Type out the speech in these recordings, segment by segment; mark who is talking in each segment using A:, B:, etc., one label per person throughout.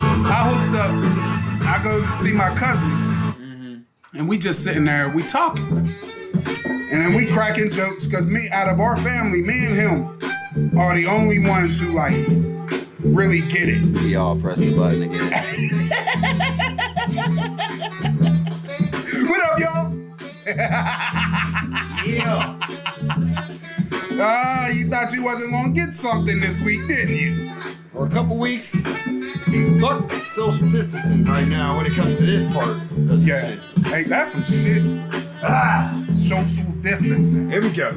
A: I hooks up. I goes to see my cousin,
B: Mhm.
A: and we just sitting there. We talking, and then we cracking jokes because me out of our family, me and him are the only ones who like really get it.
B: We all press the button again.
A: What up, y'all?
C: Yeah.
A: Ah, you thought you wasn't gonna get something this week, didn't you?
C: For a couple weeks. Fuck social distancing right now when it comes to this part. of this
A: Yeah.
C: shit.
A: Hey, that's some shit.
C: Ah.
A: Social distancing.
C: Here we go.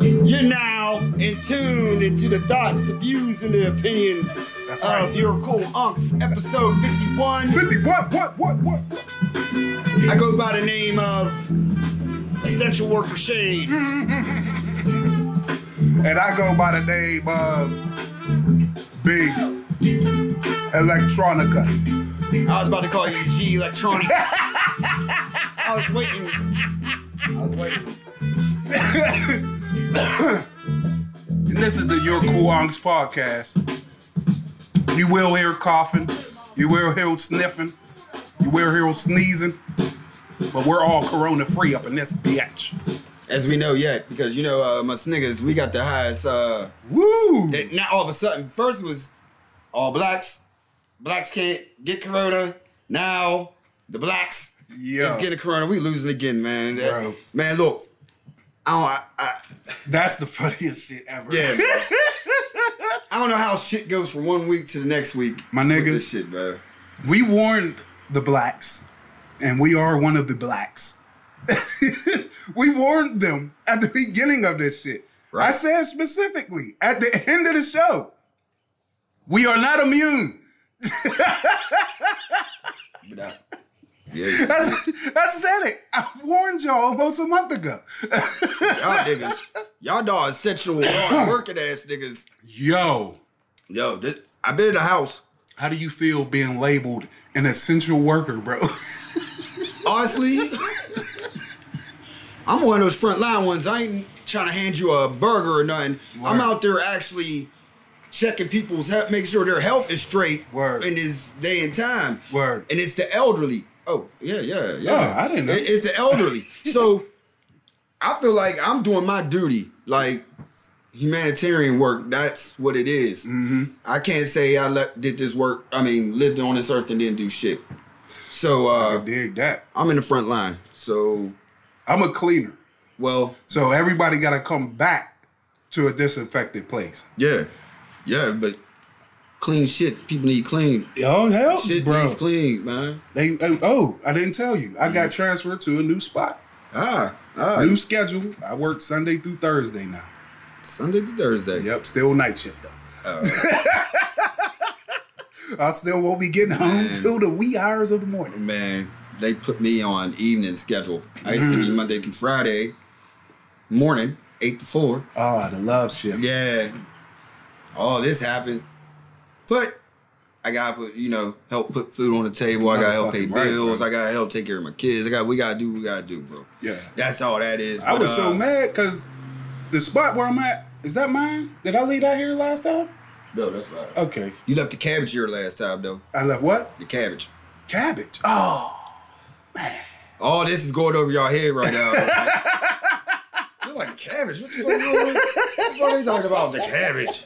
C: You're now in tune into the thoughts, the views, and the opinions
A: That's
C: of
A: right.
C: your cool unks, episode 51.
A: 50, what, what, what, what?
C: I go by the name of Essential Worker Shade.
A: And I go by the name of Big Electronica.
C: I was about to call you G Electronics. I was waiting. I was waiting.
A: And this is the Your Cool Onks podcast. You will hear coughing, you will hear sniffing, you will hear sneezing, but we're all corona free up in this bitch.
C: As we know yet, because you know, uh, my niggas, we got the highest. Uh,
A: Woo!
C: that now all of a sudden, first was all blacks, blacks can't get corona. Now the blacks
A: Yeah.
C: is getting corona. We losing again, man. That-
A: Bro.
C: Man, look, I don't, I,
A: That's the funniest shit ever.
C: I yeah. man. I don't know how shit goes from one week to the next week.
A: My
C: with
A: nigga.
C: this shit, bro.
A: We warned the blacks, and we are one of the blacks. we warned them at the beginning of this shit. I
C: Right.
A: said specifically at the end of the show, we are not immune.
C: But I- yeah,
A: That's, I said it. I warned y'all almost a month ago.
C: y'all niggas, y'all dog essential, hard working ass niggas.
A: Yo,
C: Yo, this, I been in the house.
A: how do you feel being labeled an essential worker, bro?
C: Honestly, I'm one of those front line ones. I ain't trying to hand you a burger or nothing.
A: Word.
C: I'm out there actually checking people's health, making sure their health is straight
A: Word.
C: in this day and time.
A: Word.
C: And it's the elderly. Oh, yeah, yeah, yeah.
A: Oh, I didn't know.
C: It- it's the elderly. so I feel like I'm doing my duty. Like humanitarian work, that's what it is.
A: Mm-hmm.
C: I can't say I le- did this work, I mean, lived on this earth and didn't do shit. So
A: I
C: uh,
A: dig that.
C: I'm in the front line. So,
A: I'm a cleaner.
C: well,
A: So everybody got to come back to a disinfected place.
C: yeah, yeah, but clean shit. People need clean.
A: Oh hell,
C: Shit
A: bro!
C: needs clean, man.
A: They oh, oh, I didn't tell you. I
C: Mm-hmm.
A: got transferred to a new spot,
C: Ah, ah.
A: new schedule. I work Sunday through Thursday now.
C: Sunday to Thursday.
A: Yep, still night shift though.
C: Uh,
A: I still won't be getting home
C: Man.
A: till the wee hours of the morning.
C: man, they put me on evening schedule. I used to
A: Mm.
C: be Monday through Friday, morning, 8 to 4.
A: Oh, the love shift.
C: Yeah, all this happened. But I got to put, you know, help put food on the table. I got to help pay
A: Motherfucking right,
C: bills.
A: bro.
C: I got to help take care of my kids. I got, we got to do what we got to do, bro.
A: Yeah.
C: That's all that is.
A: I
C: But,
A: was
C: uh,
A: so mad because the spot where I'm at is that mine? Did I leave out here last time?
C: No, that's fine.
A: Okay,
C: You left the cabbage here last time, though.
A: I left what?
C: The cabbage.
A: Cabbage. Oh,
C: All this is going over y'all head right now. man. You're like the cabbage. What the fuck? What the fuck are you talking about? The cabbage.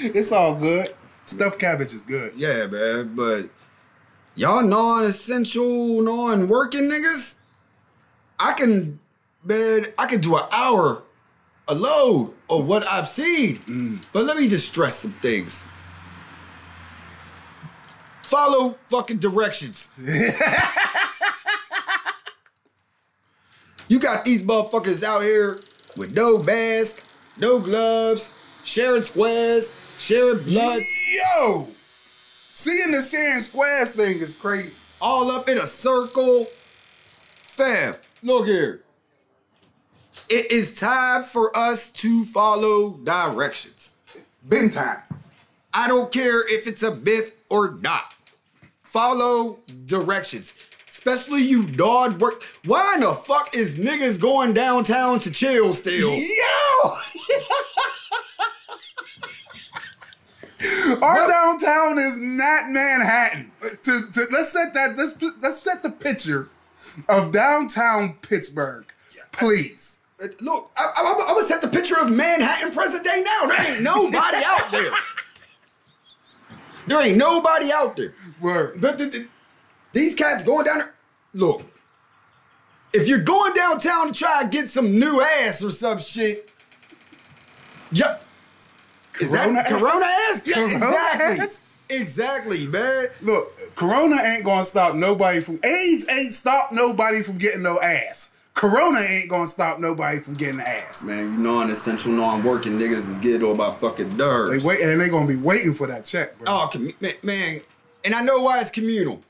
A: it's all good. Stuffed cabbage is good.
C: Yeah, man. But y'all non-essential, non-working niggas. I can, man. I can do an hour, a load of what I've seen.
A: Mm.
C: But let me just stress some things. Follow fucking directions. you got these motherfuckers out here with no mask, no gloves, sharing squares, sharing blood,
A: Yo, seeing the sharing squares thing is crazy.
C: all up in a circle. Fam, look here. It is time for us to follow directions.
A: Been time.
C: I don't care if it's a myth or not. Follow directions. Especially you dog work. Why in the fuck is niggas going downtown to chill still?
A: Yo! Our downtown is not Manhattan. To, to, let's set that. Let's let's set the picture of downtown Pittsburgh, please.
D: Uh, Look, I, I, I, I would set the picture of Manhattan present day now. There ain't nobody out there. There ain't nobody out there.
A: Word.
D: But the, the- these cats going down there. Look, if you're going downtown to try and get some new ass or some shit, yep. Is
A: Corona
D: that Corona ass? Yeah,
A: Corona
D: exactly.
A: ass?
D: Exactly, man.
A: Look, Corona ain't gonna stop nobody from AIDS. Ain't stop nobody from getting no ass. Corona ain't gonna stop nobody from getting ass.
D: Man, you non-essential, non-working niggas is getting all my fucking
A: They
D: nerves.
A: wait and they gonna be waiting for that check, bro.
D: Oh, commu- ma- man, and I know why it's communal.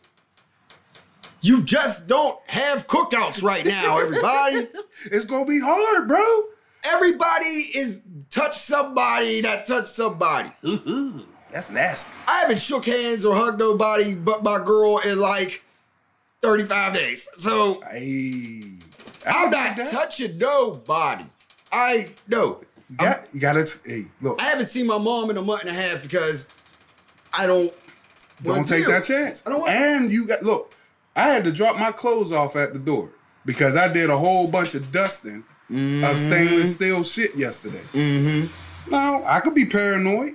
D: You just don't have cookouts right now, everybody.
A: It's gonna be hard, bro.
D: everybody is touch somebody that touched somebody.
A: That's nasty.
D: I haven't shook hands or hugged nobody but my girl in like 35 days. So
A: Hey,
D: I'm not touching nobody. I know.
A: Yeah, you gotta. Hey, look,
D: I haven't seen my mom in a month and a half because I don't. wanna
A: don't take
D: deal.
A: that chance.
D: I don't want-
A: and you got look. I had to drop my clothes off at the door because I did a whole bunch of dusting of stainless steel shit yesterday.
D: Mm-hmm.
A: Now, I could be paranoid.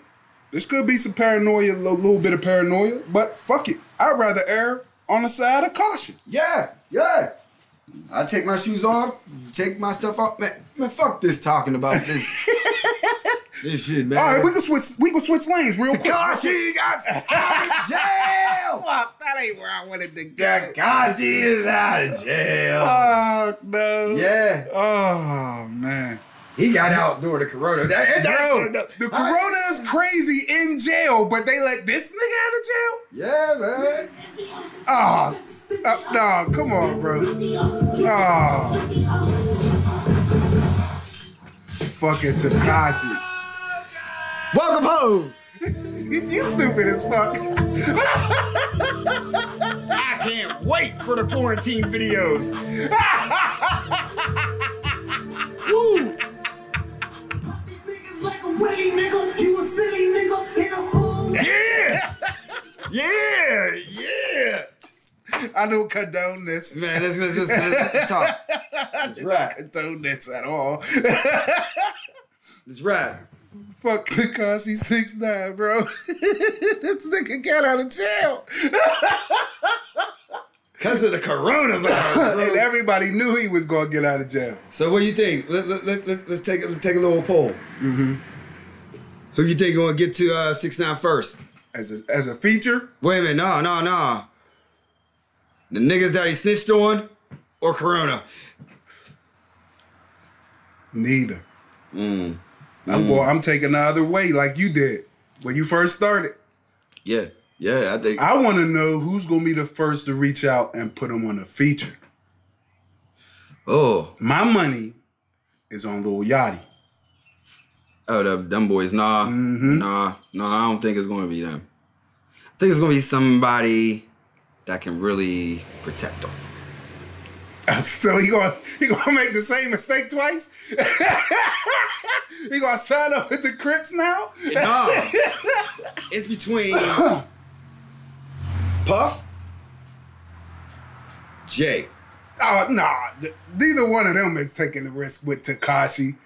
A: This could be some paranoia, a little bit of paranoia, but fuck it. I'd rather err on the side of caution.
D: Yeah, yeah. I take my shoes off, take my stuff off. Man, man fuck this talking about this. this shit, man.
A: All right, we can switch. We can switch lanes real quick.
D: Takashi got out of jail.
A: Fuck, that ain't where I wanted to go.
D: Takashi is out of jail.
A: Fuck no.
D: Uh, Yeah,
A: Oh man,
D: he got out during the corona. That- that-
A: bro,
D: that-
A: the
D: all right.
A: corona is crazy in jail, but they let this nigga
D: Yeah, man.
A: out of jail. Oh, no, come on, bro. Oh, fucking Takashi.
D: Welcome home.
A: You stupid as fuck.
D: I can't wait for the quarantine videos. Woo!
E: These niggas like a wave, nigga. You a silly nigga in a hole.
D: Yeah! Yeah! Yeah!
A: I don't condone this.
D: Man, let's, let's, let's, let's talk. Let's rap.
A: Condone this at all.
D: Let's rap.
A: fuck Takashi six nine, bro. this nigga got out of jail,
D: Because of the coronavirus.
A: and
D: bro.
A: everybody knew he was gonna get out of jail.
D: so what do you think? Let, let, let, let's, let's, take, let's take a little poll. Mm-hmm. Who you think going to get to uh, 6 9 first?
A: As a, as a feature,
D: Wait a minute. No, no, no. The niggas that he snitched on or Corona?
A: neither. I'm going. I'm taking the other way, like you did when you first started.
D: Yeah. Yeah, I think.
A: I want to know who's gonna be the first to reach out and put him on a feature.
D: Oh.
A: My money is on Lil Yachty.
D: Oh, the dumb boys. Nah, nah, nah. I don't think it's going to be them. I think it's going to be somebody that can really protect them.
A: So he gonna he gonna make the same mistake twice? he gonna sign up with the Crips now?
D: Nah, it's between Puff, Jay.
A: Oh nah, th- neither one of them is taking the risk with Takashi,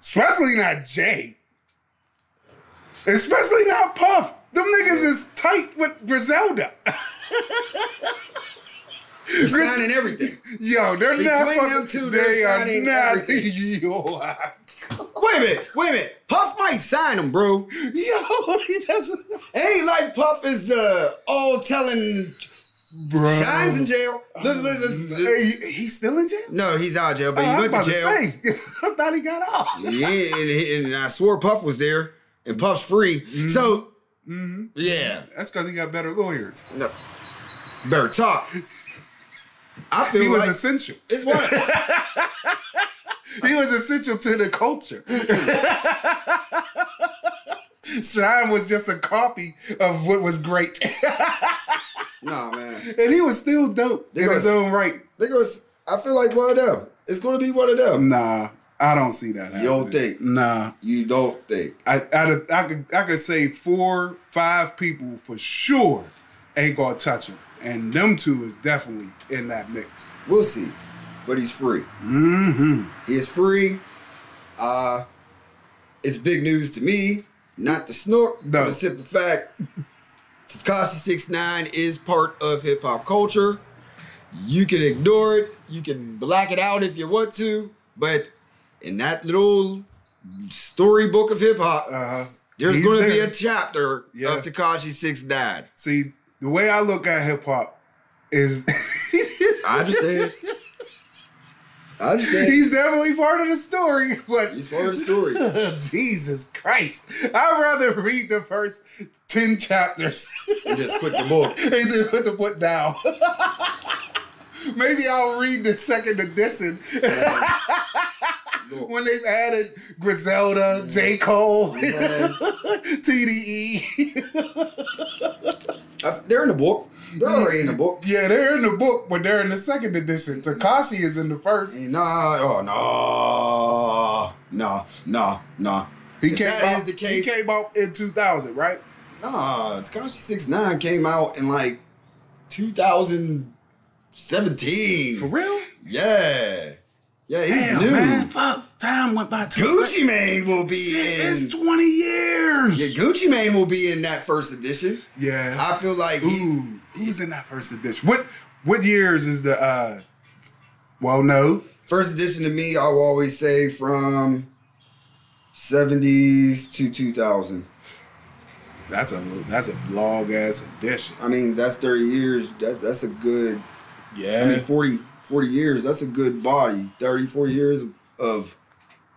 A: especially not Jay, especially not Puff. Them niggas is tight with Griselda.
D: You're signing everything.
A: Yo, they're not
D: Between
A: fucking.
D: them two, they're
A: they are
D: signing
A: not.
D: everything.
A: Yo,
D: Wait a minute, wait a minute. Puff might sign him, bro.
A: yo, he doesn't.
D: Ain't like Puff is uh, all telling.
A: Bro,
D: Shine's in jail. Listen, listen, listen.
A: Hey, he's still in jail.
D: No, he's out of jail, but
A: Oh, I
D: he
A: was
D: went
A: about
D: to jail.
A: to say. I thought he got off.
D: yeah, and, and, and I swore Puff was there, and Puff's free. So, yeah,
A: That's because he got better lawyers.
D: no, better talk. I
A: He
D: feel
A: was
D: like
A: essential.
D: it's one.
A: He was essential to the culture. Shine was just a copy of what was great,
D: nah, man,
A: and he was still dope
D: They
A: in
D: gonna
A: his
D: s-
A: own right.
D: niggas. I feel like one of them. It's gonna be one of them.
A: Nah, I don't see that.
D: You don't
A: happening.
D: think?
A: Nah.
D: You don't think?
A: I, I, I could I could say four, five people for sure ain't gonna touch him, and them two is definitely in that mix.
D: We'll see. But he's free.
A: Mm-hmm.
D: He's free. Uh, it's big news to me. Not to snort,
A: No.
D: but to simple fact. Takashi 69 is part of hip hop culture. You can ignore it. You can black it out if you want to. But in that little storybook of hip hop,
A: Uh,
D: there's
A: he's
D: going to be
A: there.
D: a chapter
A: Yeah.
D: of Takashi 69.
A: see the way I look at hip hop is
D: I understand. I understand.
A: he's definitely part of the story, but
D: He's part of the story.
A: Jesus Christ, I'd rather read the first ten chapters
D: You just quit the book.
A: and then put the foot down. Maybe I'll read the second edition.
D: Look,
A: when they've added Griselda, J. Cole, E.
D: man,
A: TDE.
D: I- they're in the book. They're already in the book.
A: yeah, they're in the book, but they're in the second edition. Takashi is in the first.
D: And Nah, oh no, no, no, no.
A: He
D: If
A: came
D: that
A: out,
D: is the case-
A: He came out in 2000, right?
D: Nah, Takashi Six Nine came out in like 2017.
A: For real?
D: Yeah, yeah, he's new.
A: fuck. Time went by too
D: Gucci Mane will be in.
A: 20 years.
D: Yeah, Gucci Mane will be in that first edition.
A: Yeah.
D: I feel like he,
A: Ooh, who's in that first edition? What what years is the uh well no.
D: first edition to me, I will always say from 70s to 2000.
A: That's a that's a long ass edition.
D: I mean, that's 30 years. That, that's a good I mean,
A: Yeah.
D: 40, 40 years, that's a good body. 30, 40 years of,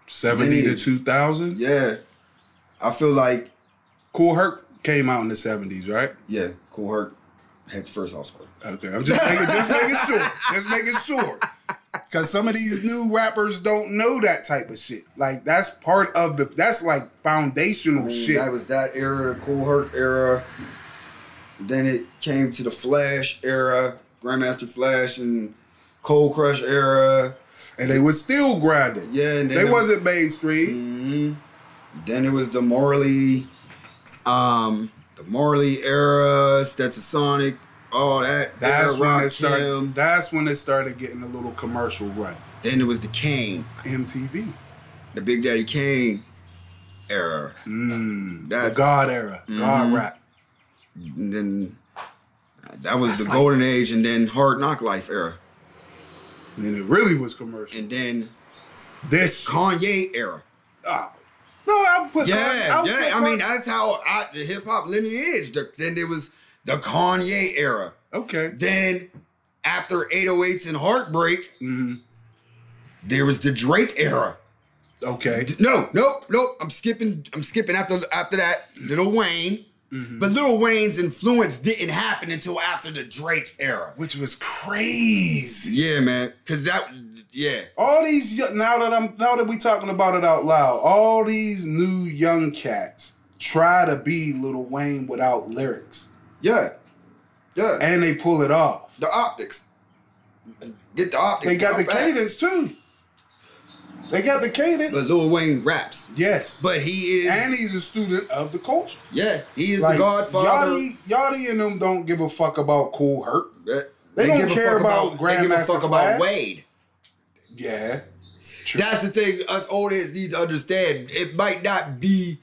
A: 70 to
D: Lineage.
A: 2000?
D: yeah. I feel like,
A: Cool Herc came out in the seventies, right?
D: yeah, Cool Herc had the first house party.
A: Okay, I'm just making, just making sure, just making sure, because some of these new rappers don't know that type of shit. Like that's part of the, that's like
D: I
A: foundational
D: mean,
A: Oh, shit.
D: that was that era, the Cool Herc era. Then it came to the Flash era, Grandmaster Flash and Cold Crush era.
A: and they was still grinding.
D: Yeah, and then
A: they
D: it-
A: wasn't mainstream.
D: Mhm. Then it was the Morley, um, the Morley era, Stetsasonic, all that.
A: That's
D: era,
A: when
D: Rock
A: it started.
D: Kim.
A: That's when it started getting a little commercial run.
D: Then it was the Kane,
A: MTV,
D: the Big Daddy Kane era.
A: mm, the
D: That-
A: God era, God
D: Mhm.
A: rap.
D: And then that was
A: That's
D: the
A: like-
D: golden age and then hard knock life era.
A: And it really was commercial.
D: And then
A: This,
D: Kanye era.
A: ah, no, I put.
D: Yeah,
A: would put
D: yeah. I
A: Kanye-
D: mean, that's how I, the hip hop lineage. The, then there was the Kanye era.
A: okay.
D: Then after 808s and Heartbreak,
A: hmm
D: there was the Drake era.
A: Okay.
D: D- No, nope, nope. I'm skipping. I'm skipping after after that. Little Wayne,
A: Mhm.
D: but Little Wayne's influence didn't happen until after the Drake era.
A: which was crazy.
D: Yeah, man. Cause that, yeah,
A: All these yo- now that I'm now that we talking about it out loud, all these new young cats try to be Little Wayne without lyrics,
D: yeah, yeah.
A: and they pull it off.
D: the optics. Get the optics.
A: They got
D: down
A: the
D: pat.
A: cadence too. They got the cadence.
D: But Lil Wayne raps.
A: Yes,
D: But he is.
A: and he's a student of the culture.
D: yeah, he is
A: Like,
D: the Godfather.
A: Yachty, Yachty and them don't give a fuck about Cool Hurt.
D: They,
A: They don't
D: give a
A: care
D: fuck
A: about
D: They give a
A: Grandmaster
D: fuck
A: Flash.
D: about Wade.
A: Yeah,
D: That's the thing us old heads need to understand. It might not be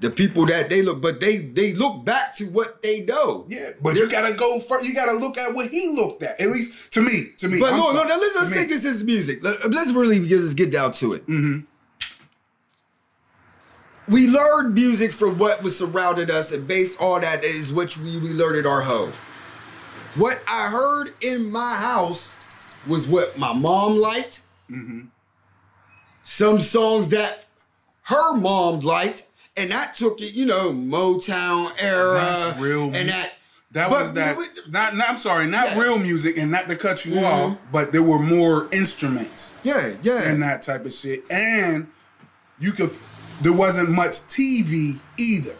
D: the people that they look, but they they look back to what they know.
A: yeah. But you gotta go. First, you gotta look at what he looked at. At least to me, to me.
D: But
A: I'm
D: no, no,
A: sorry,
D: no, let's,
A: to
D: let's
A: me.
D: take this as music. Let, us really get, let's get down to it.
A: Mhm.
D: We learned music from what was surrounded us, and based on that is what we, we learned at our home. What I heard in my house was what my mom liked,
A: Mhm.
D: some songs that her mom liked, and that took it, you know, Motown era,
A: That's real mu-
D: and that.
A: That
D: But
A: was that.
D: we-
A: not, not- I'm sorry, not
D: Yeah.
A: real music, and not to cut you
D: Mhm.
A: off, but there were more instruments
D: Yeah, yeah.
A: and that type of shit, and you could. There wasn't much TV either,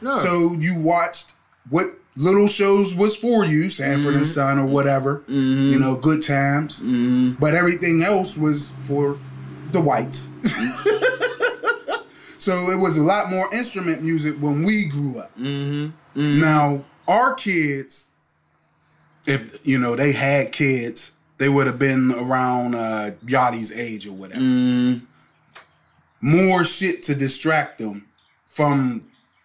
D: no.
A: so you watched what little shows was for you, Sanford and Son
D: Mm-hmm.
A: Mm-hmm. or whatever. You know, Good Times,
D: Mhm.
A: but everything else was for the whites. so it was a lot more instrument music when we grew up.
D: Mm-hmm.
A: Now, our kids, if you know, they had kids, they would have been around uh Yachty's age or whatever.
D: Mm-hmm.
A: More shit to distract them from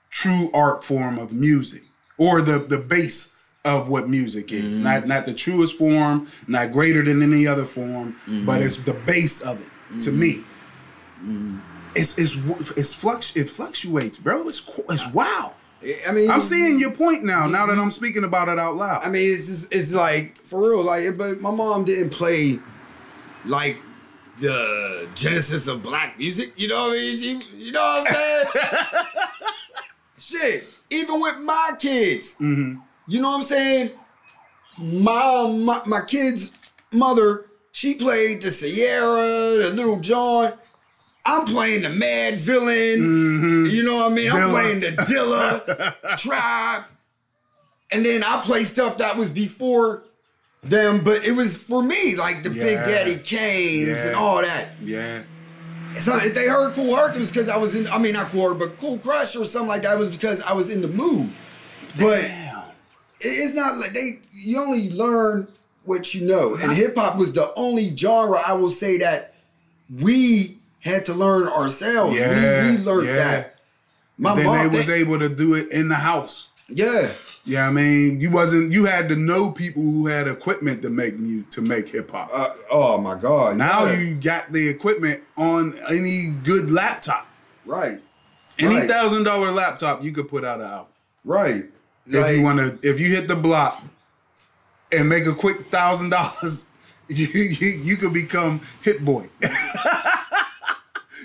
A: true art form of music or the the base of what music is.
D: Mhm.
A: Not not the truest form, not greater than any other form, but it's the base of it to me. Mm-hmm. It's it's it's flux it fluctuates, bro. It's qu- it's wow.
D: I mean,
A: I'm seeing your point now. Now that I'm speaking about it out loud,
D: I mean, it's just, it's like for real. Like, but my mom didn't play like the genesis of black music. You know what I mean? She, you know what I'm saying? Shit. Even with my kids,
A: Mhm.
D: you know what I'm saying? My my, my kids' mother, she played the Sierra, the Little John. I'm playing the Mad Villain.
A: Mhm.
D: You know what I mean? I'm
A: Dilla.
D: playing the Dilla tribe. And then I play stuff that was before them, but it was for me, like the Big
A: Yeah.
D: Daddy Canes and
A: Yeah.
D: all that.
A: yeah,
D: So if they heard Cool Herc, it was because I was in, I mean, not Cool Herc, but Cool Crush or something like that, it was because I was in the mood. But it-
A: damn,
D: it's not like they, you only learn what you know. And hip hop was the only genre I will say that we had to learn ourselves. We-
A: Yeah,
D: We, learned
A: yeah.
D: that. My
A: then
D: mom,
A: they was
D: they-
A: able to do it in the house.
D: yeah.
A: Yeah, I mean, you wasn't you had to know people who had equipment to make you to make hip hop.
D: Uh, oh my God.
A: now
D: yeah.
A: you got the equipment on any good laptop,
D: right,
A: any
D: Right.
A: thousand dollar laptop, you could put out an album.
D: right.
A: if you
D: Like,
A: want to, if you hit the block and make a quick thousand dollars, you, you you could become Hit Boy.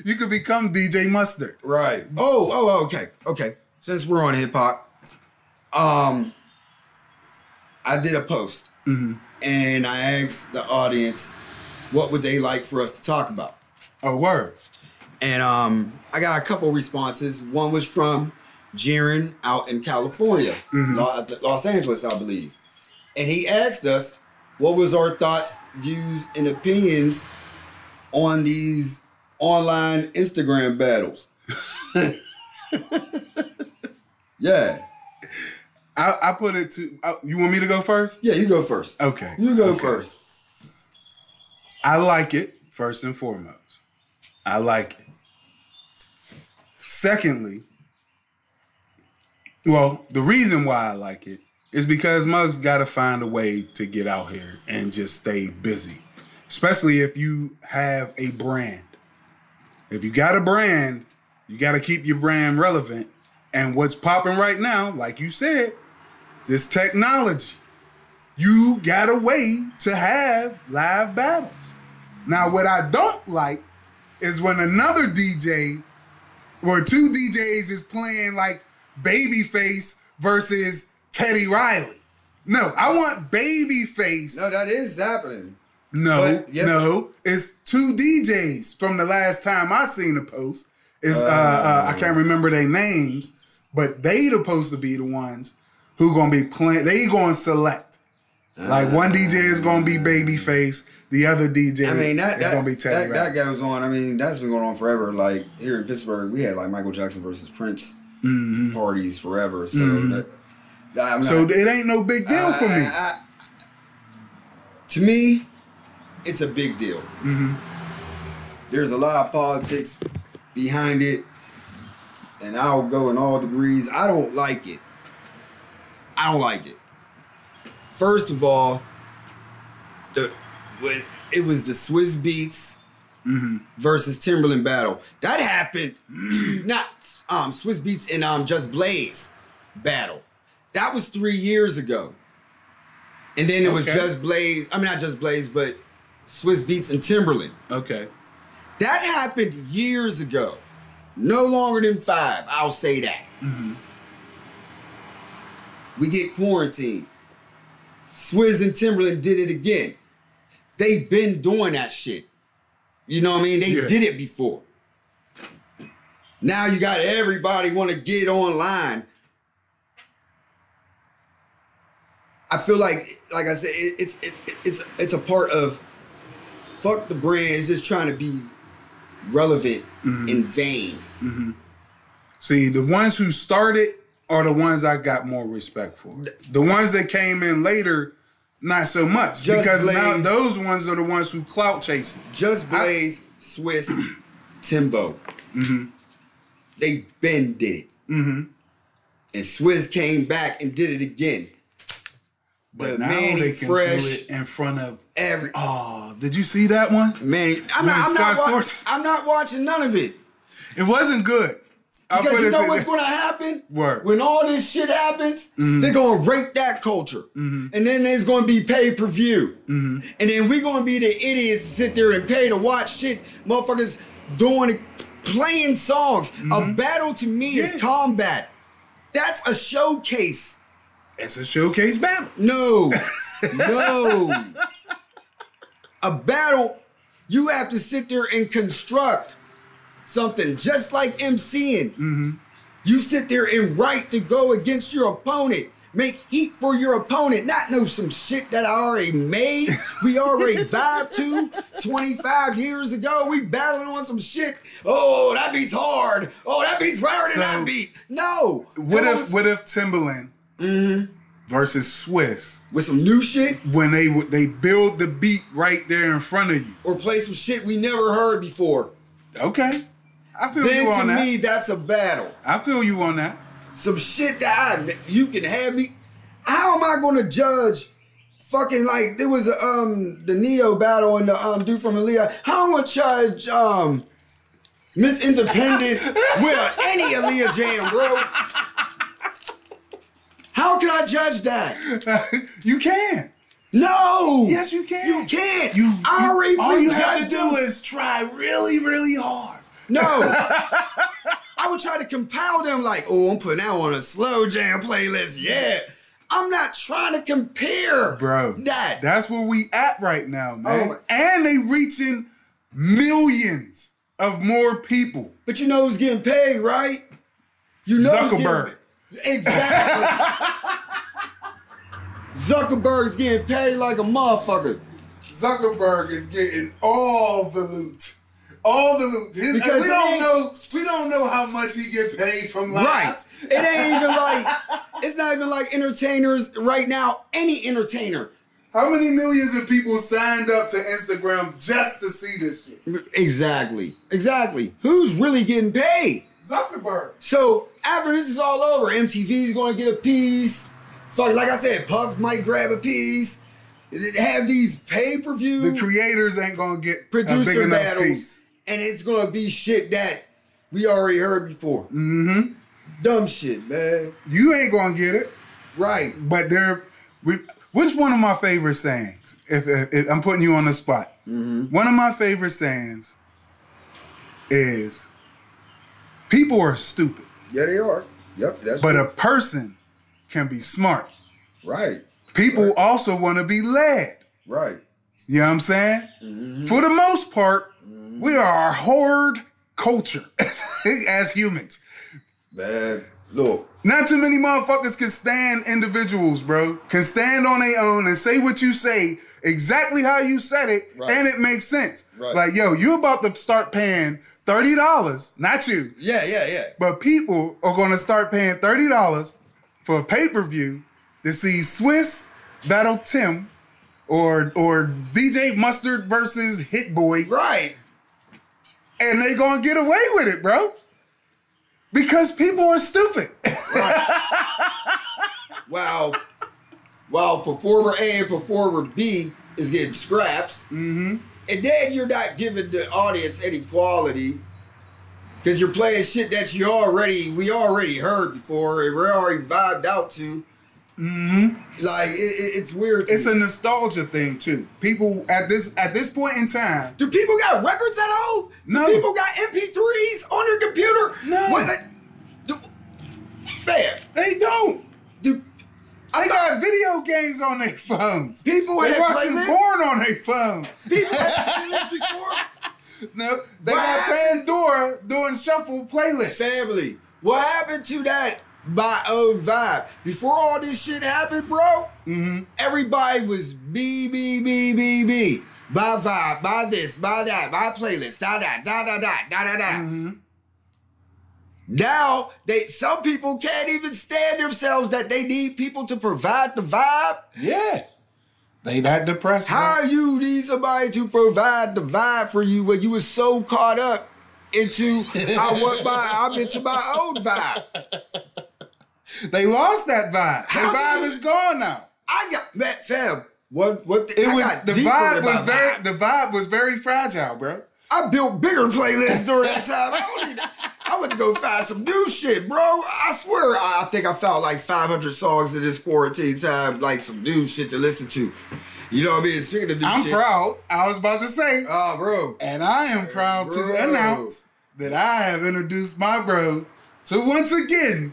A: you could become DJ Mustard.
D: right. Oh, oh, okay, okay. Since we're on hip hop, um, I did a post
A: Mhm.
D: and I asked the audience what would they like for us to talk about,
A: A word.
D: and um, I got a couple responses. One was from Jaren out in California, Lo- Los Angeles, I believe, and he asked us what was our thoughts, views, and opinions on these online Instagram battles. yeah,
A: I, I put it to. I, you want me to go first?
D: yeah, you go first.
A: Okay.
D: You go
A: Okay.
D: first.
A: I like it first and foremost. I like it. Secondly, well, the reason why I like it is because Muggs got to find a way to get out here and just stay busy, especially if you have a brand. If you got a brand, you got to keep your brand relevant. And what's popping right now, like you said, this technology you got a way to have live battles. Now, what I don't like is when another DJ or two DJs is playing like Babyface versus Teddy Riley. No, I want Babyface.
D: No, that is happening.
A: No,
D: But, yes.
A: no, it's two DJs from the last time I seen the post. It's uh, uh, I
D: Oh.
A: can't remember their names, but they the supposed to be the ones who gonna be playing. They gonna select. Like one DJ is gonna be Babyface, the other DJ
D: I mean that
A: is
D: that,
A: gonna be
D: that,
A: Teddy
D: that
A: Riley.
D: goes on. I mean that's been going on forever. Like here in Pittsburgh, we had like Michael Jackson versus Prince
A: Mhm.
D: parties forever. So
A: Mhm.
D: that, that- I'm
A: So
D: not-
A: it ain't no big deal for me.
D: I- I- to me, it's a big deal.
A: Mhm.
D: There's a lot of politics behind it, and I'll go in all degrees. I don't like it. I don't like it. First of all, the when it was the Swiss Beats
A: Mhm.
D: versus Timberland battle that happened, not um Swiss Beats and um Just Blaze battle. That was three years ago. And then it was
A: Okay.
D: Just Blaze. I mean, not Just Blaze, but Swiss Beats and Timberland.
A: Okay.
D: That happened years ago. No longer than five, I'll say that. We get quarantined. Swizz and Timberland did it again. They've been doing that shit. You know what I mean? They
A: Yeah.
D: did it before. Now you got everybody want to get online. I feel like, like I said, it, it's it, it's it's a part of fuck the brand. It's just trying to be relevant and vain.
A: See, the ones who started are the ones I got more respect for. The ones that came in later, not so much.
D: Just
A: because now
D: Blaze.
A: those ones are the ones who clout chasing.
D: Just Blaze, Swiss, Timbo.
A: Mm-hmm.
D: They been did it. And Swizz came back and did it again.
A: But
D: The
A: now
D: Manny
A: they can
D: Fresh-
A: do it in front of
D: Every
A: Oh, did you see that one?
D: man, I'm
A: When
D: not, I'm, not
A: Scott
D: wa-
A: Storch-
D: I'm not watching none of it.
A: It wasn't good. I'll
D: Because
A: put
D: you
A: it
D: know
A: to
D: what's
A: that.
D: going to happen?
A: Word.
D: When all this shit happens,
A: Mm-hmm.
D: they're going to rape that culture. And then there's going to be pay per view.
A: Mm-hmm.
D: And then we're going to be the idiots that sit there and pay to watch shit. Motherfuckers doing, playing songs. A battle to me
A: Mm-hmm. Yeah.
D: is combat. That's a showcase.
A: It's a showcase battle.
D: No, no. A battle, you have to sit there and construct something just like MCing.
A: Mm-hmm.
D: You sit there and write to go against your opponent. Make heat for your opponent, not know some shit that I already made. We already vibed to 25 years ago. We battling on some shit. Oh, that beats hard. Oh, that beats harder than
A: So,
D: I beat. No.
A: What
D: Come
A: if
D: on,
A: what if Timberland
D: Mm-hmm.
A: versus Swiss
D: with some new shit?
A: when they would they build the beat right there in front of you?
D: or play some shit we never heard before.
A: Okay, I feel
D: Then
A: you on
D: to
A: that.
D: me, that's a battle.
A: I feel you on that.
D: Some shit that I you can have me. How am I gonna judge? Fucking like there was a, um the Neo battle and the um dude from Aaliyah. How am I gonna judge um Miss Independent with any Aaliyah jam, bro? How can I judge that?
A: you can.
D: No.
A: Yes, you can.
D: You can't.
A: You,
D: I already
A: you- all you have to
D: prejudged
A: do
D: them.
A: is try really, really hard.
D: No. I would try to compile them like, oh, I'm putting that on a slow jam playlist. Yeah. I'm not trying to compare
A: Bro,
D: that.
A: that's where we at right now, man.
D: my-
A: and they reaching millions of more people.
D: But you know who's getting paid, right? You know who's getting-
A: Zuckerberg.
D: exactly. Zuckerberg's getting paid like a motherfucker.
A: Zuckerberg is getting all the loot. All the loot. His-
D: Because
A: we
D: it
A: don't
D: ain't-
A: know we don't know how much he get paid from live.
D: Right. It ain't even like it's not even like entertainers right now, any entertainer.
A: How many millions of people signed up to Instagram just to see this shit?
D: Exactly. Exactly. Who's really getting paid?
A: Zuckerberg.
D: So after this is all over, MTV's gonna get a piece. Fuck, like I said, Puff might grab a piece. It- Have these pay per
A: The
D: view
A: creators ain't gonna get a big
D: producer
A: enough
D: battles,
A: piece.
D: and it's gonna be shit that we already heard before. Mm-hmm. Dumb shit, man.
A: You ain't gonna get it.
D: Right.
A: but they're we, what's one of my favorite sayings if, if, if i'm putting you on the spot one of my favorite sayings is people are stupid
D: Yeah, they are. Yep, that's
A: but uh, a person can be smart
D: right.
A: people also want to be led
D: Right.
A: you know what i'm saying for the most part we are a horde culture as humans
D: Man, look.
A: Not too many motherfuckers can stand individuals, bro. Can stand on their own and say what you say exactly how you said it,
D: Right.
A: and it makes sense.
D: Right.
A: Like, yo, you about to start paying thirty dollars, not you,
D: Yeah, yeah, yeah.
A: but people are going to start paying thirty dollars for a pay per view to see Swiss battle Tim or or DJ Mustard versus Hit Boy
D: Right.
A: and they gonna get away with it, bro. Because people are stupid.
D: Wow. While performer A and performer B is getting scraps,
A: mm-hmm.
D: and then you're not giving the audience any quality because you're playing shit that you already we already heard before and we're already vibed out to.
A: Mm-hmm.
D: Like it, it- it's weird. To
A: It's
D: me.
A: a nostalgia thing too. People at this at this point in time,
D: Do people got records at home?
A: No.
D: Do people got MP3s on their computer?
A: No.
D: What the, do, fair.
A: they don't.
D: Do
A: They got video games on their phones.
D: People
A: they
D: have
A: watching
D: playlists?
A: porn on their phone.
D: people have done this before?
A: No, they
D: What
A: got
D: happened?
A: Pandora doing shuffle playlists.
D: Family, what happened to that my old vibe? Before all
A: Mm-hmm,
D: this shit happened, bro,
A: Mhm.
D: everybody was B B B B B. buy vibe, buy this, buy that, buy playlist, da da da da da da da da.
A: Mm. mm-hmm.
D: Now they some people can't even stand themselves that they need people to provide the vibe.
A: Yeah. They that depressed. bro.
D: How you need somebody to provide the vibe for you when you was so caught up into I want my I'm into my own vibe.
A: They lost that vibe.
D: How
A: That vibe
D: did-
A: is gone now.
D: I got that fam. What what
A: It
D: I
A: was
D: got
A: the
D: deeper
A: vibe
D: in
A: was
D: my
A: very
D: vibe.
A: the vibe was very fragile, bro.
D: I built bigger playlists during that time. I don't need I went to go find some new shit, bro. I swear, I, I think I found like 500 songs in this quarantine time, like some new shit to listen to. You know what I mean? Speaking of new
A: I'm
D: shit,
A: proud. I was about to say,
D: Oh, bro.
A: and I am proud
D: Bro.
A: to announce that I have introduced my bro to once again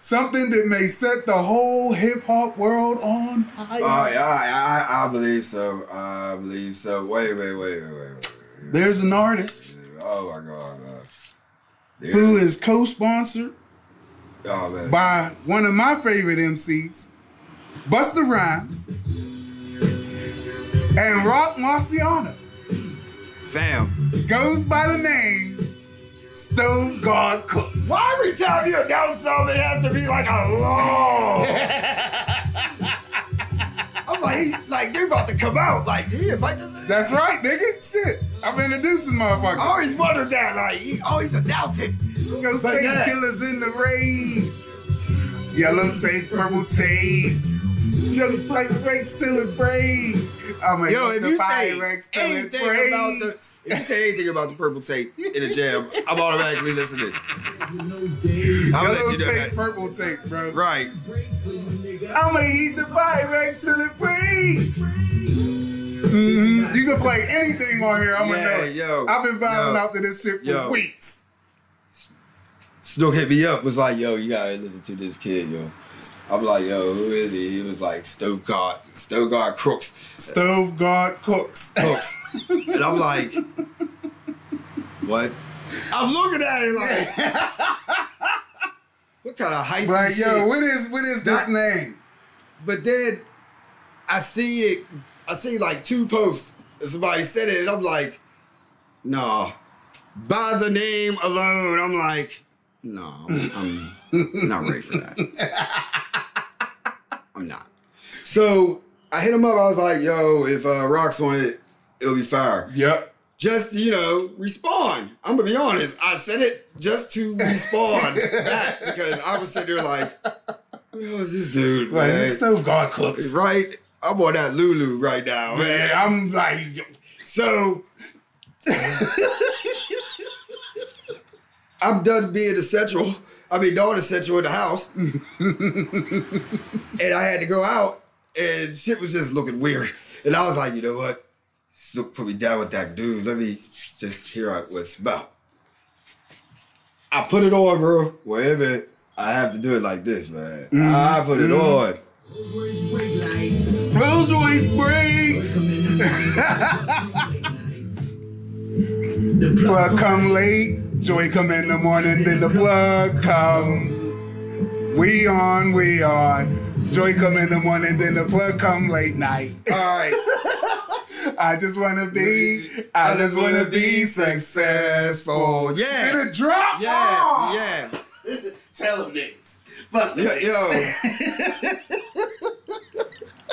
A: something that may set the whole hip hop world on fire.
D: Oh, yeah, I, I, I believe so. I believe so. Wait, wait, wait, wait, wait. wait.
A: There's an artist
D: Oh my god. man. There-
A: who is co-sponsored
D: Oh man.
A: by one of my favorite MCs, Buster Rhymes, and Rock Marciano.
D: Fam.
A: Goes by the name Stone God Cooks.
D: Why every time you announce something it has to be like a long? I'm like, he- like they're about to come out. Like, did he invite this? in?
A: That's right, nigga. Shit, I'm introducing
D: I
A: motherfucker.
D: always wondered that. Like, he always announced it.
A: Go
D: Like
A: space
D: that.
A: killers in the rain. Yellow tape, purple tape. Young Flex Rex still in brain. I'm like,
D: Yo, if
A: the
D: you
A: Fire
D: say
A: Rex still in
D: anything about
A: brain.
D: the, if you say anything about the purple tape in the jam, I'm automatically listening. I'll
A: Yellow
D: let you know
A: tape,
D: that.
A: purple tape, bro.
D: Right.
A: I'ma eat the Pyrex till it breathes. Mhm.
D: Mm-hmm.
A: You can play anything on here. I'ma
D: Yeah,
A: know it.
D: yo,
A: I've been vibing
D: yo,
A: out to this shit for
D: yo.
A: weeks.
D: Snook hit me up, was like, yo, you gotta listen to this kid, yo. I'm like, yo, who is he? He was like, Stuttgart, Stuttgart Crooks,
A: Stove God cooks.
D: Crooks. and I'm like, what? I'm looking at it like, what kind of hype?
A: like,
D: is
A: yo,
D: shit?
A: what is what is this
D: That-
A: name?
D: But then I see it, I see like two posts, and somebody said it, and I'm like, nah, by the name alone, I'm like, no, I'm, I'm not ready for that. I'm not. So I hit him up, I was like, yo, if uh, Rock's on it, it'll be fire.
A: Yep.
D: Just, you know, respond. I'm gonna be honest, I said it just to respond back because I was sitting there like, who the hell is this dude?
A: Like
D: man?
A: it's Stove God cooks.
D: Right? I'm on that Lulu right now,
A: Man,
D: man.
A: I'm like, yo,
D: So I'm done being essential. I mean, non-essential in the house, and I had to go out, and shit was just looking weird. And I was like, you know what? Snoop put me down with that dude. Let me just hear out what it's about. I put it on, bro. Whatever. I have to do it like this, man. I put it on.
A: Rolls Royce breaks. Plug come late, joy come in the morning, then the plug come. We on, we on. Joy come in the morning, then the plug come late night.
D: All right.
A: I just wanna be, I just wanna be successful. Yeah. Then it drop.
D: Yeah,
A: off.
D: yeah,
A: Tell them niggas. Fuck them.
D: yeah, yo.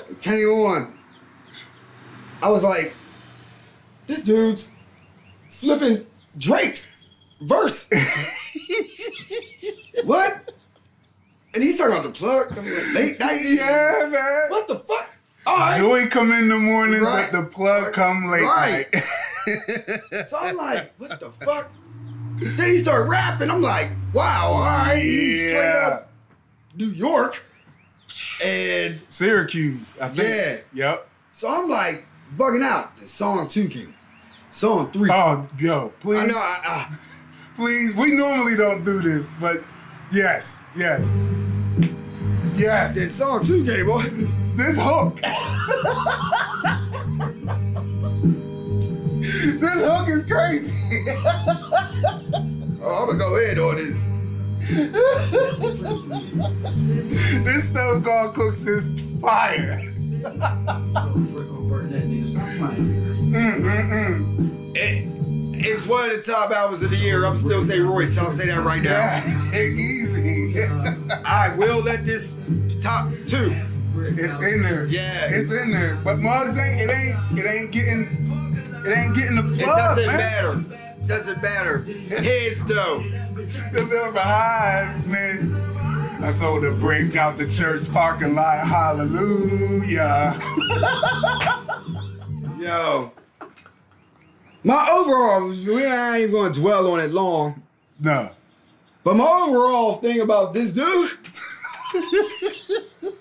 D: It Came on. I was like, this dude's flipping Drake's verse. what? And he's talking about the plug late night.
A: Yeah, man.
D: What the fuck? All right.
A: Joy come in the morning,
D: Right.
A: but the plug come late
D: Right.
A: night.
D: So I'm like, what the fuck? Then he started rapping. I'm like, wow, all right. He's straight
A: Yeah.
D: up New York. And
A: Syracuse, I think. Yeah. Yep.
D: So I'm like bugging out. The song two came. Song three.
A: Oh, yo, please,
D: I know. I, I,
A: please. We normally don't do this, but yes, yes, yes.
D: that song two came on.
A: This hook. this hook is crazy.
D: Oh, I'm gonna go in on this.
A: this stove called cooks is fire. mm.
D: It- it's one of the top albums of the year. I'm still say Royce. I'll say that right now.
A: Yeah, easy.
D: I will let this top two.
A: It's in there.
D: Yeah.
A: It's in there. But mugs ain't it ain't it ain't getting it ain't getting the plug.
D: It doesn't
A: man.
D: matter. Doesn't matter. Heads though.
A: Cause of my eyes, man. I sold a break out the church parking lot. Hallelujah.
D: Yo. My overall, we I ain't gonna dwell on it long.
A: No.
D: But my overall thing about this dude,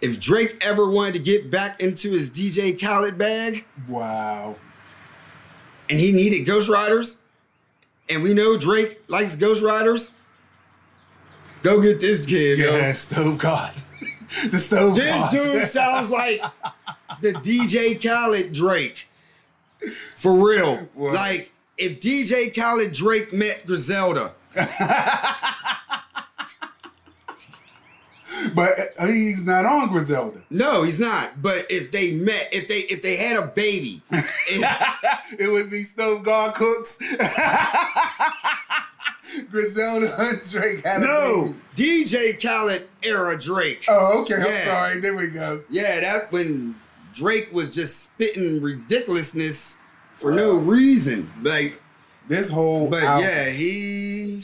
D: if Drake ever wanted to get back into his DJ Khaled bag
A: Wow.
D: and he needed Ghost Riders, and we know Drake likes Ghost Riders, go get this kid. yo.
A: Yeah, stove god. the stove
D: This
A: god.
D: dude sounds like the DJ Khaled Drake. For real.
A: What?
D: Like, if DJ Khaled Drake met Griselda.
A: But he's not on Griselda.
D: No, he's not. But if they met, if they if they had a baby, if-
A: it would be Stove God Cooks. Griselda and Drake had a
D: no,
A: baby.
D: DJ Khaled era Drake.
A: Oh, okay. I'm
D: Yeah.
A: sorry. There we go.
D: Yeah, that when Drake was just spitting ridiculousness for no reason. Like,
A: This whole
D: but
A: album
D: yeah, he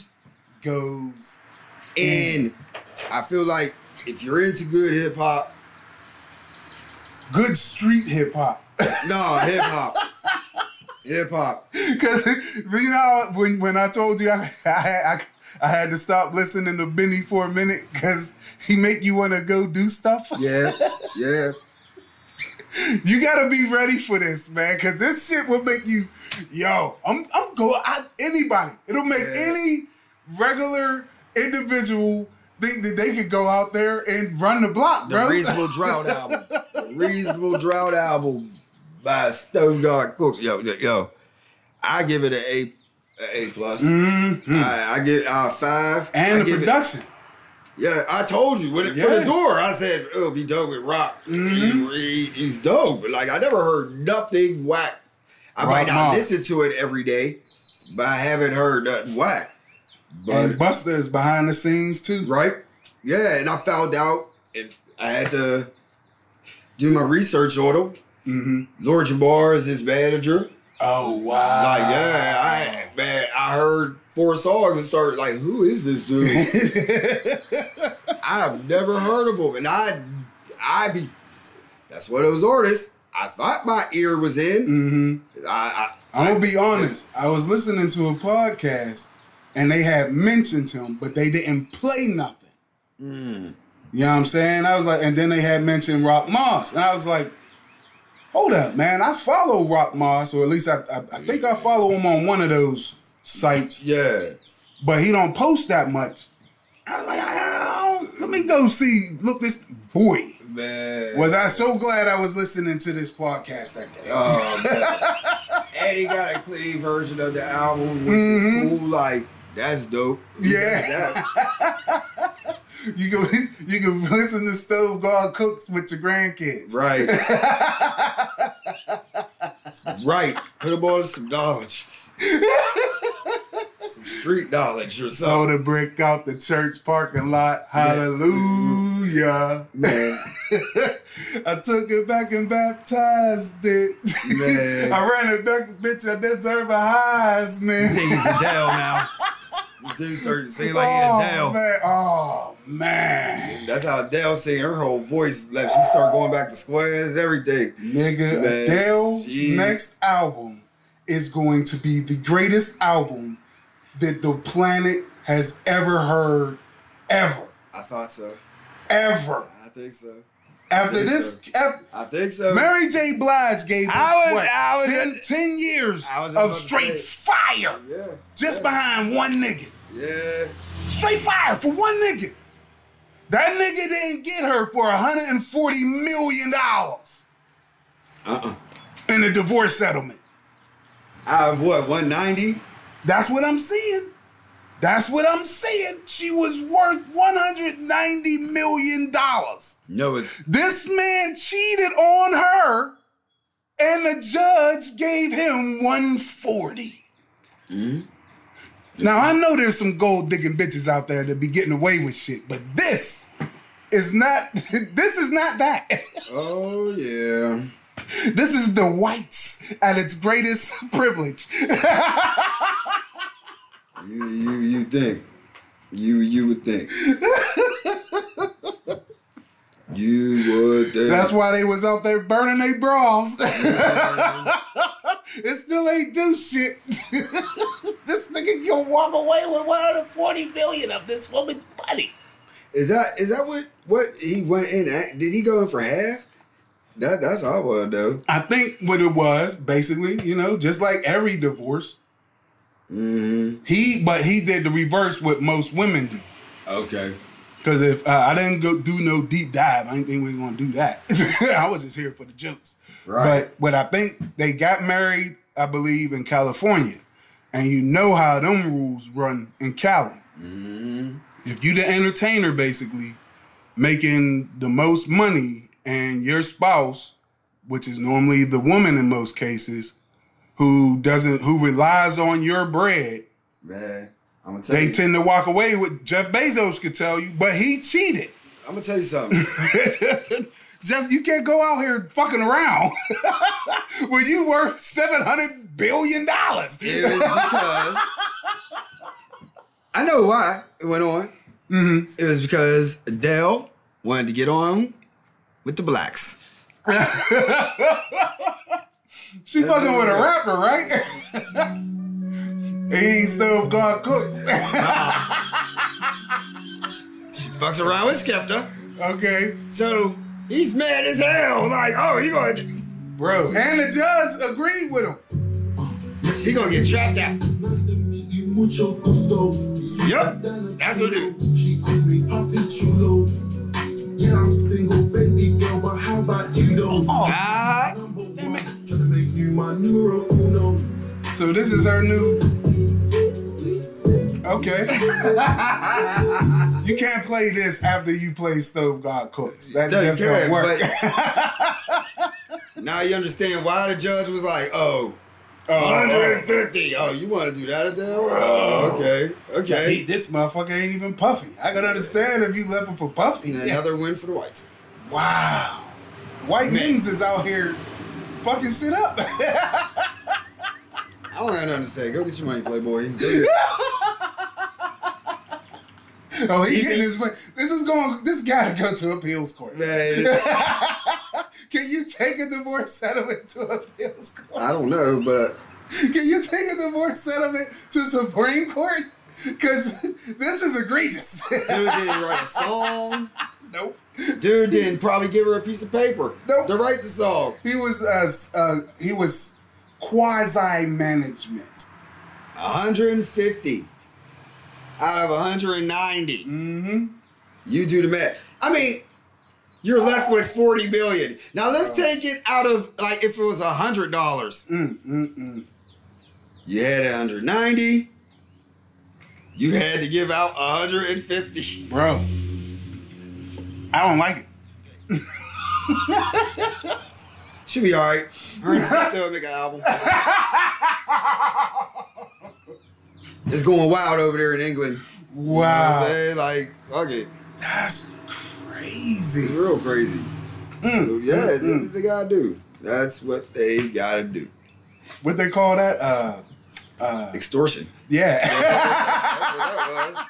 A: goes.
D: and I feel like if you're into good hip hop,
A: Good street hip hop.
D: no hip hop, hip hop.
A: Because you know when when I told you I I, had- I, I had to stop listening to Benny for a minute because he make you want to go do stuff.
D: Yeah, yeah.
A: You gotta be ready for this, man, because this shit will make you, yo. I'm I'm going. I, anybody, it'll make
D: Yeah.
A: any regular individual think that they could go out there and run the block,
D: The
A: bro.
D: Reasonable Drought album. The Reasonable Drought album by Stove God Cooks. Yo, yo, yo. I give it an A, an A plus.
A: Mhm.
D: I, I give uh, five. I
A: And the
D: give it-
A: production.
D: yeah, I told you when it, for
A: Yeah. Mm-hmm.
D: the door. I said it'll be dope with rock. He- he- he's dope, but like I never heard nothing whack. I
A: Rock
D: might not
A: Moss.
D: listen to it every day, but I haven't heard nothing whack. But
A: and Buster is behind the scenes too.
D: right? Yeah, and I found out, and I had to do my research on him.
A: Mm-hmm.
D: Lord Jabbar is his manager.
A: Oh wow!
D: Like, yeah, I man, I heard four songs and started like, who is this dude? I've never heard of him, and I, I be, that's one of those artists. I thought my ear was in.
A: mm-hmm.
D: I,
A: I'm gonna be honest. I was listening to a podcast, and they had mentioned him, but they didn't play nothing.
D: I mm,
A: You know what I'm saying? I was like, and then they had mentioned Rock Moss, and I was like, hold up, man. I follow Rock Moss, or at least I, I, I think I follow him on one of those sites,
D: yeah,
A: but he don't post that much. I was like, I don't- let me go see. Look, this boy.
D: man.
A: Was I so glad I was listening to this podcast that day?
D: Oh, man. and he got a clean version of the album, which
A: Mhm.
D: is cool. Like, that's dope. He
A: Yeah.
D: does that.
A: You can you can listen to Stove God Cooks with your grandkids.
D: Right. right. Put them on some knowledge. some street knowledge or something.
A: So to break out the church parking lot, hallelujah.
D: Man.
A: I took it back and baptized it.
D: Man.
A: I ran it back, bitch. I deserve a highs,
D: Think
A: man.
D: he's a Dell now. This dude started to sing like he
A: oh,
D: a Dell.
A: man. oh man,
D: That's how Adele sing. Her whole voice left. She started going back to squares, everything.
A: nigga.
D: Man,
A: Adele's
D: she-
A: next album is going to be the greatest album that the planet has ever heard, ever,
D: I thought so.
A: ever.
D: I think so.
A: After
D: think
A: this,
D: so.
A: after,
D: I think so.
A: Mary J. Blige gave us
D: I was-
A: what,
D: I was
A: 10,
D: just-
A: 10 years
D: I was just
A: of
D: about to
A: straight
D: say
A: fire
D: Yeah.
A: just
D: yeah,
A: behind one nigga.
D: Yeah.
A: Straight fire for one nigga. That nigga didn't get her for $140 million
B: Uh-uh.
A: in a divorce settlement.
D: I have what, 190?
A: That's what I'm seeing. That's what I'm saying. She was worth 190 million dollars.
D: No, it's
A: This man cheated on her, and the judge gave him 140. Now I know there's some gold digging bitches out there that be getting away with shit, but this is not. This is not that.
D: oh yeah.
A: This is the whites at its greatest privilege.
D: You you you think. You you would think. you would think.
A: That's why they was out there burning their bras. it still ain't do shit. this nigga can walk away with 140 million of this woman's money.
D: Is that is that what what he went in at? Did he go in for half? That that's how I was though.
A: I think what it was, basically, you know, just like every divorce,
D: Mm-hmm.
A: he but he did the reverse what most women do.
D: Okay.
A: Because if uh, I didn't go do no deep dive, I didn't think we were gonna do that. I was just here for the jokes.
D: Right.
A: But but I think they got married, I believe, in California, and you know how them rules run in Cali.
D: Mm-hmm.
A: If you the entertainer, basically making the most money, and your spouse, which is normally the woman in most cases, who doesn't who relies on your bread,
D: Man, I'm gonna tell
A: they
D: you.
A: tend to walk away with. Jeff Bezos could tell you, but he cheated.
D: I'm gonna tell you something.
A: Jeff, you can't go out here fucking around when you worth seven hundred billion dollars.
D: it was because I know why it went on.
A: Mm-hmm.
D: It was because Adele wanted to get on with the blacks.
A: She fucking with a rapper, right? he ain't still God cooks.
D: She fucks around with Skepta.
A: okay,
D: So he's mad as hell. Like, oh, you gonna
A: bro. And the judge agreed with him.
D: she gonna get trapped out.
E: Yep,
D: that's what it
E: She called me Happy Chulo. Yeah, I'm single, baby girl, but how about you though?
A: Oh.
D: Ah,
E: Number one, tryna make you my numero uno.
A: So this is her new. Okay. you can't play this after you play Stove God Cooks. That
D: Doesn't
A: just
D: care,
A: don't work.
D: now you understand why the judge was like, oh.
A: oh,
D: 150. Oh, you want to do that, Adele? Oh, okay.
A: Hey,
D: Okay.
A: this motherfucker ain't even puffy. I can understand if you left him for puffy.
D: And another win for the whites.
A: Wow. White men's is out here fucking shit up.
D: I don't have nothing to say. Go get your money, Playboy. Go get-
A: oh, he getting his money. This is going. This gotta go to appeals court.
D: Man,
A: Can you take a divorce settlement to appeals court?
D: I don't know, but
A: Can you take a divorce settlement to Supreme Court? Because this is egregious.
D: dude didn't write a song.
A: nope.
D: Dude didn't probably give her a piece of paper
A: Nope.
D: to write the song.
A: He was uh, s- uh he was quasi management.
D: 150 out of 190.
A: Mm-hmm.
D: You do the math. I mean, you're left with 40 billion. Now let's take it out of like if it was a hundred dollars.
A: Mm mm mm.
D: You had 190. You had to give out 150.
A: Bro, I don't like it.
D: Should be all right. Her and Skepta will make an album. it's going wild over there in England. You know what I'm
A: Wow,
D: saying? Like, fuck it.
A: that's
D: It's
A: crazy.
D: real crazy.
A: Mm.
D: Yeah, that's what they gotta do. That's what they gotta do.
A: What they call that? Uh, uh,
D: Extortion.
A: yeah.
D: That's what that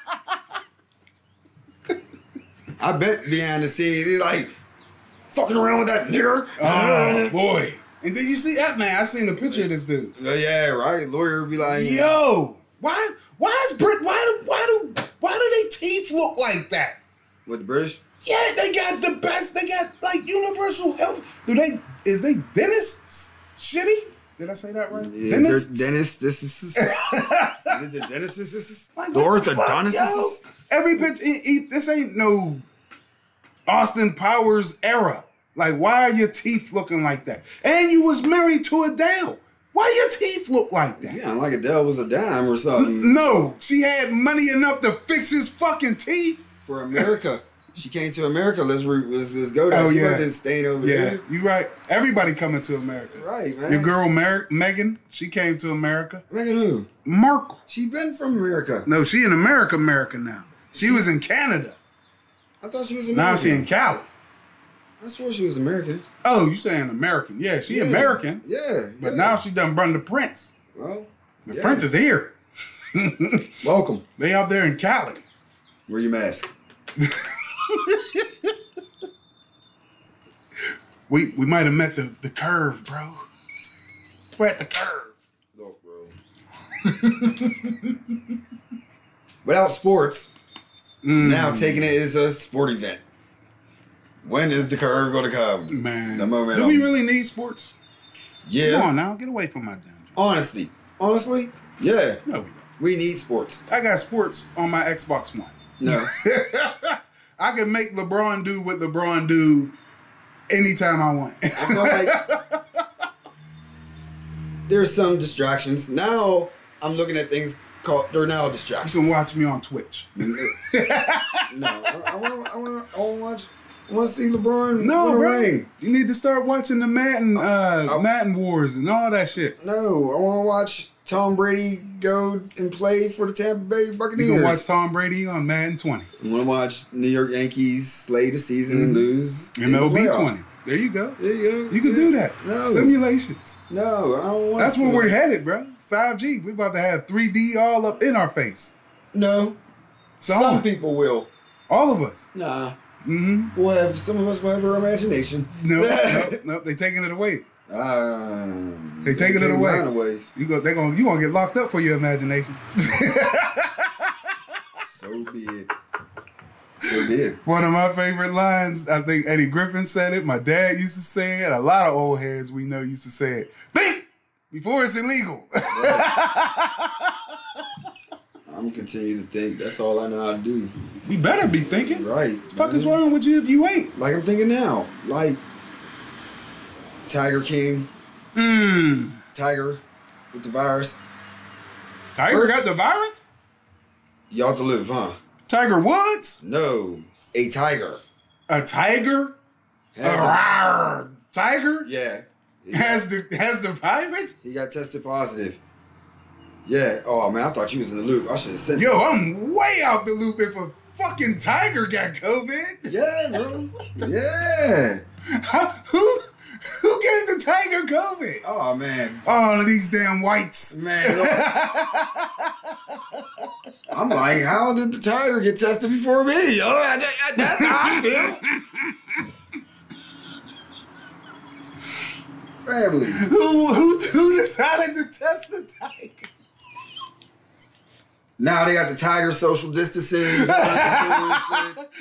D: was. I bet behind the scenes, he's like fucking around with that nigger.
A: oh boy. And then you see that man? I seen a picture of this dude.
D: Yeah, yeah, right. Lawyer would be like,
A: Yo, why? Why is Brit? Why do? Why do? Why do they teeth look like that?
D: with the British?
A: Yeah, they got the best. They got like universal health. Do they? Is they dentists shitty? Did I say that right?
D: Yeah,
A: Dentists?
D: they're Dentist, this is. is it the dentist? This is
A: Like,
D: the
A: what fuck,
D: orthodontist?
A: yo?
D: is-
A: Every bitch, e- e- this ain't no Austin Powers era. Like, why are your teeth looking like that? And you was married to Adele. Why your teeth look like that?
D: Yeah, like Adele was a dime or something
A: No, she had money enough to fix his fucking teeth.
D: for America. She came to America. Let's re- let's, let's go there.
A: Oh,
D: she
A: yeah.
D: wasn't staying over
A: Yeah,
D: there.
A: you right. Everybody coming to America.
D: Right, man.
A: Your girl Mer- Megan, she came to America.
D: Look at who.
A: Merkel.
D: She been from America.
A: No, she in America, America now. She was in Canada.
D: I thought she was
A: Now
D: American.
A: she in Cali.
D: I swore she was American.
A: Oh, you saying American? Yeah, she
D: Yeah.
A: American.
D: Yeah.
A: But
D: yeah.
A: now she done run the Prince.
D: Well,
A: The
D: yeah.
A: Prince is here.
D: Welcome.
A: They out there in Cali.
D: Wear your mask.
A: We we might have met the, the curve, bro. We're at the curve.
D: Look, bro. Without sports,
A: Mm.
D: now taking it as a sport event. When is the curve going to come?
A: man.
D: The moment.
A: Do we
D: I'm-
A: really need sports?
D: Yeah.
A: Come on now, get away from my damn. job.
D: Honestly. Honestly, yeah.
A: No, we don't.
D: We need sports.
A: I got sports on my Xbox One.
D: No.
A: I can make LeBron do what LeBron do anytime I want.
D: I feel like there's some distractions. Now I'm looking at things called they're now
A: you
D: distractions.
A: can watch me on Twitch.
D: no, I, I want to. I want to. I want to watch. I want to see LeBron
A: No,
D: win a
A: bro.
D: ring.
A: You need to start watching the Madden, uh,
D: oh.
A: Madden Wars and all that shit.
D: No, I want to watch Tom Brady go and play for the Tampa Bay
A: You
D: Buccaneers.
A: can watch Tom Brady on Madden 20
D: I want to watch New York Yankees slay the season
A: Mm-hmm.
D: and lose in the
A: MLB
D: playoffs.
A: 20. There you go.
D: There you go.
A: You can
D: Yeah.
A: do that.
D: No,
A: Simulations.
D: no, I don't want.
A: That's where we're headed, bro. 5G. We're about to have 3D all up in our face.
D: No,
A: So
D: some people will.
A: all of us.
D: Nah,
A: Mm-hmm.
D: we'll have some of us will have our imagination.
A: No, no, no. They taking it away.
D: Um,
A: They taking it
D: take
A: away.
D: mine away.
A: You go. They gonna. You gonna get locked up for your imagination.
D: So be it. So be it.
A: One of my favorite lines, I think Eddie Griffin said it. My dad used to say it. A lot of old heads we know used to say it. Think before it's illegal.
D: I'm continue to think. That's all I know how to do.
A: we better be thinking.
D: Right.
A: The fuck is
D: man.
A: wrong with you if you ain't?
D: Like I'm thinking now. Like Tiger King, Hmm.
A: Mmm.
D: Tiger with the virus.
A: Tiger got the virus?
D: Y'all to live, huh?
A: Tiger Woods?
D: No, a tiger.
A: A tiger? A
D: Had
A: rawr
D: the-
A: tiger?
D: yeah. He got,
A: Has the has the virus?
D: he got tested positive. Yeah. Oh man, I thought you was in the loop. I should have sent.
A: Yo, I'm way out the loop if a fucking tiger got COVID.
D: Yeah, bro. Yeah.
A: who who gave the tiger COVID?
D: Oh man.
A: All of these damn whites.
D: Man, look. I'm like, how did the tiger get tested before me? Yo, I- I- that's how I feel. Family.
A: Who who who decided to test the tiger?
D: Now they got the tiger social distancing.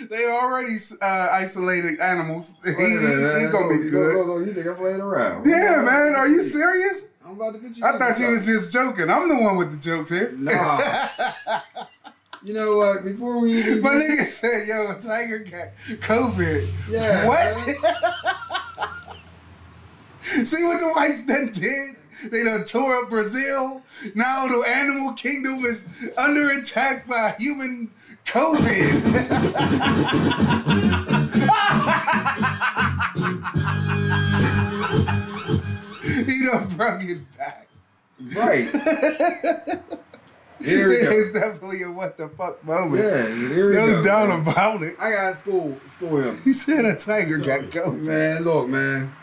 A: they already uh, isolated animals. He- he- he's gonna be good.
D: You think I'm playing around?
A: Yeah, man. Are you serious?
D: I'm about to put you.
A: I
D: in
A: thought you was just joking. I'm the one with the jokes here.
D: Nah. You know what? Before we even.
A: My nigga said, "Yo, a tiger got COVID."
D: Yeah,
A: What? See what the whites done did? They done tore up Brazil. Now the animal kingdom is under attack by human COVID. he done brought it back.
D: Right. Here we go.
A: It's definitely a what the fuck moment.
D: Yeah, here we
A: no
D: go.
A: doubt
D: man.
A: about it.
D: I got school, school him.
A: He said a tiger got COVID.
D: Man, look, man.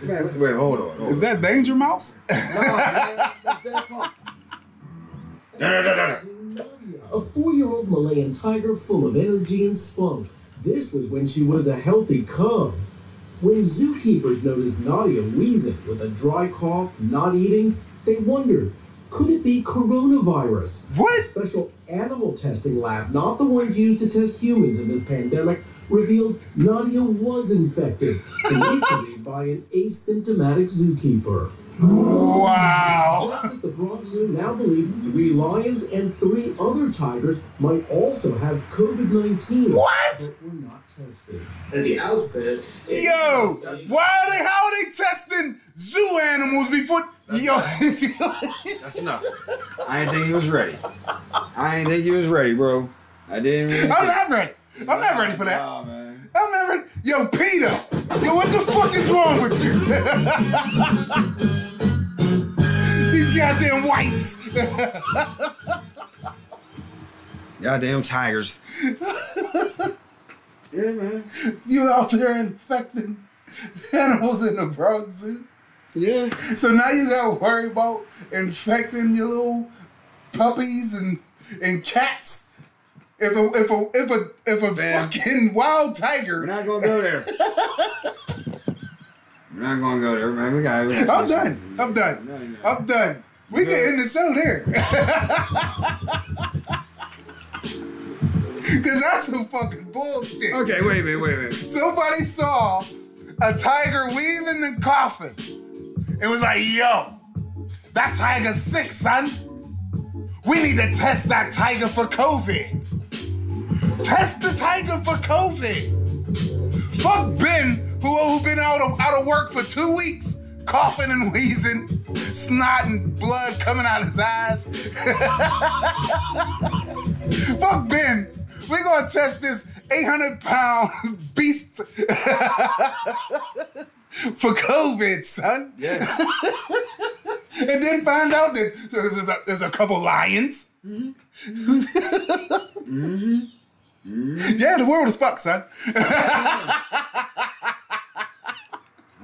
D: man wait, hold on. Hold
A: Is that Danger Mouse?
D: on. Nah, man, that's that punk.
F: A four-year-old Malayan tiger full of energy and spunk. This was when she was a healthy cub. When zookeepers noticed Nadia wheezing with a dry cough, not eating, they wondered, could it be coronavirus? A
A: What?
F: special animal testing lab, not the ones used to test humans in this pandemic, revealed Nadia was infected, believed to be by an asymptomatic zookeeper.
A: Wow.
F: Folks at the Bronx Zoo now believe three lions and three other tigers might also have COVID 19.
A: What?
F: But were not tested.
G: At the outset, it-
A: Yo, why are they? How are they testing zoo animals before? Yo,
D: That's enough. I didn't think he was ready. I didn't think he was ready, bro. I didn't. Really
A: I'm not ready. I'm not ready for that.
D: Nah, man.
A: I'm not ready. Yo, Peter. Yo, what the fuck is wrong with you? These goddamn whites.
D: Goddamn tigers. yeah, man.
A: you out there infecting animals in the Bronx Zoo.
D: Yeah.
A: So now you gotta worry about infecting your little puppies and and cats. If a if a if a if a
D: Man.
A: fucking wild
D: We're
A: tiger,
D: not gonna go there. We're not gonna go there, man. We got.
A: I'm done. I'm done. I'm done. We can end the show there. Cause that's some fucking bullshit.
D: Okay, wait a minute, wait a minute.
A: Somebody saw a tiger weaving the coffin. It was like, yo, that tiger's sick, son. We need to test that tiger for COVID. Test the tiger for COVID. Fuck Ben, who who been out of out of work for two weeks, coughing and wheezing, snot and blood coming out his eyes. Fuck Ben. We're gonna test this 800 pound beast for COVID, son.
D: Yeah.
A: And then find out that so there's, a, there's a couple lions. Yeah, the world is fucked, son.
D: I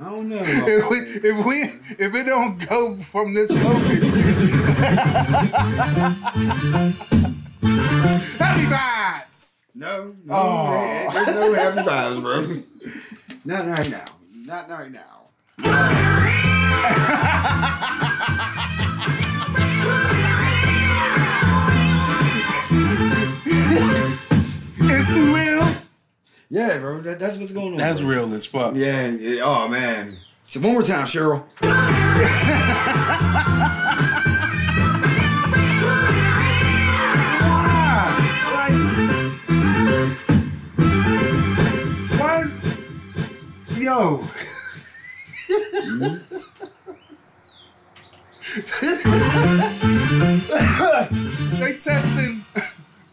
D: don't know. man.
A: If we, if we, if it don't go from this COVID, shit. happy vibes.
D: No, no,
A: Oh.
D: there- there's no happy vibes, bro. Not right now. Not right now.
A: It's real.
D: Yeah, bro, that, that's what's going on. bro.
A: real as fuck.
D: Yeah, yeah, oh man. So one more time, Cheryl.
A: Why? Like, why is, yo? they testing.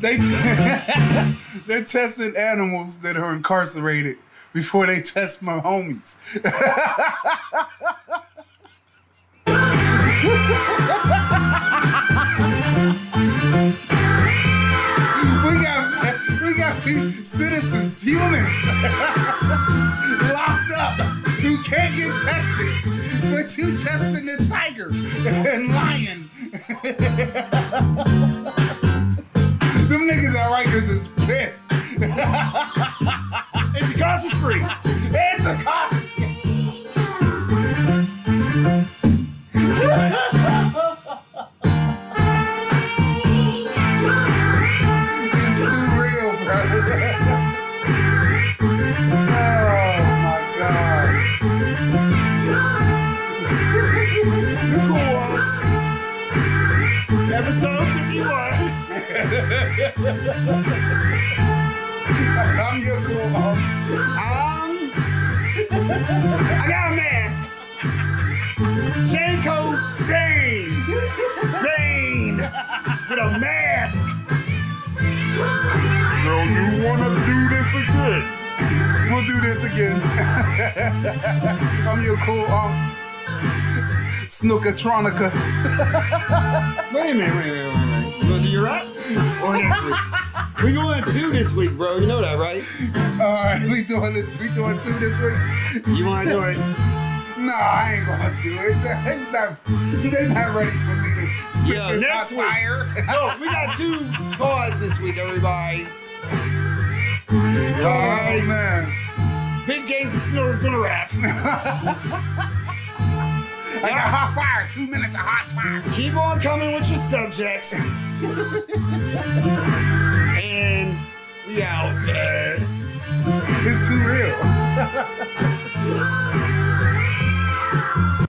A: they t- they're testing animals that are incarcerated before they test my homies. We got we got citizens, humans, locked up who can't get tested, but you testing the tiger and lion. Them niggas at Rikers is pissed. it's a conscious free. It's a conscious. It's too real, bro. oh my god.
C: Episode 51.
A: I'm your cool uncle.
C: Um, I got a mask. Shanko Bane. Bane. With a mask.
A: Girl, you wanna do this again? We'll do this again. I'm your cool uncle. Snookatronica.
D: Wait a minute, wait a minute, wait a minute. You gonna do your rap? Or next week? We going two this week, bro. You know that, right?
A: Alright, we doing it. We doing it this week.
D: You wanna do it?
A: No, I ain't gonna do it. They're not, they're not ready for me to spit
D: Yeah,
A: this
D: next
A: hot
D: week.
A: fire.
D: No, we got two cards this week, everybody.
A: Oh
D: Alright,
A: man.
D: Big Gangsta Snow is gonna rap.
A: I got hot fire. Two minutes of hot fire.
C: Keep on coming with your subjects. and we out.
A: It's too real.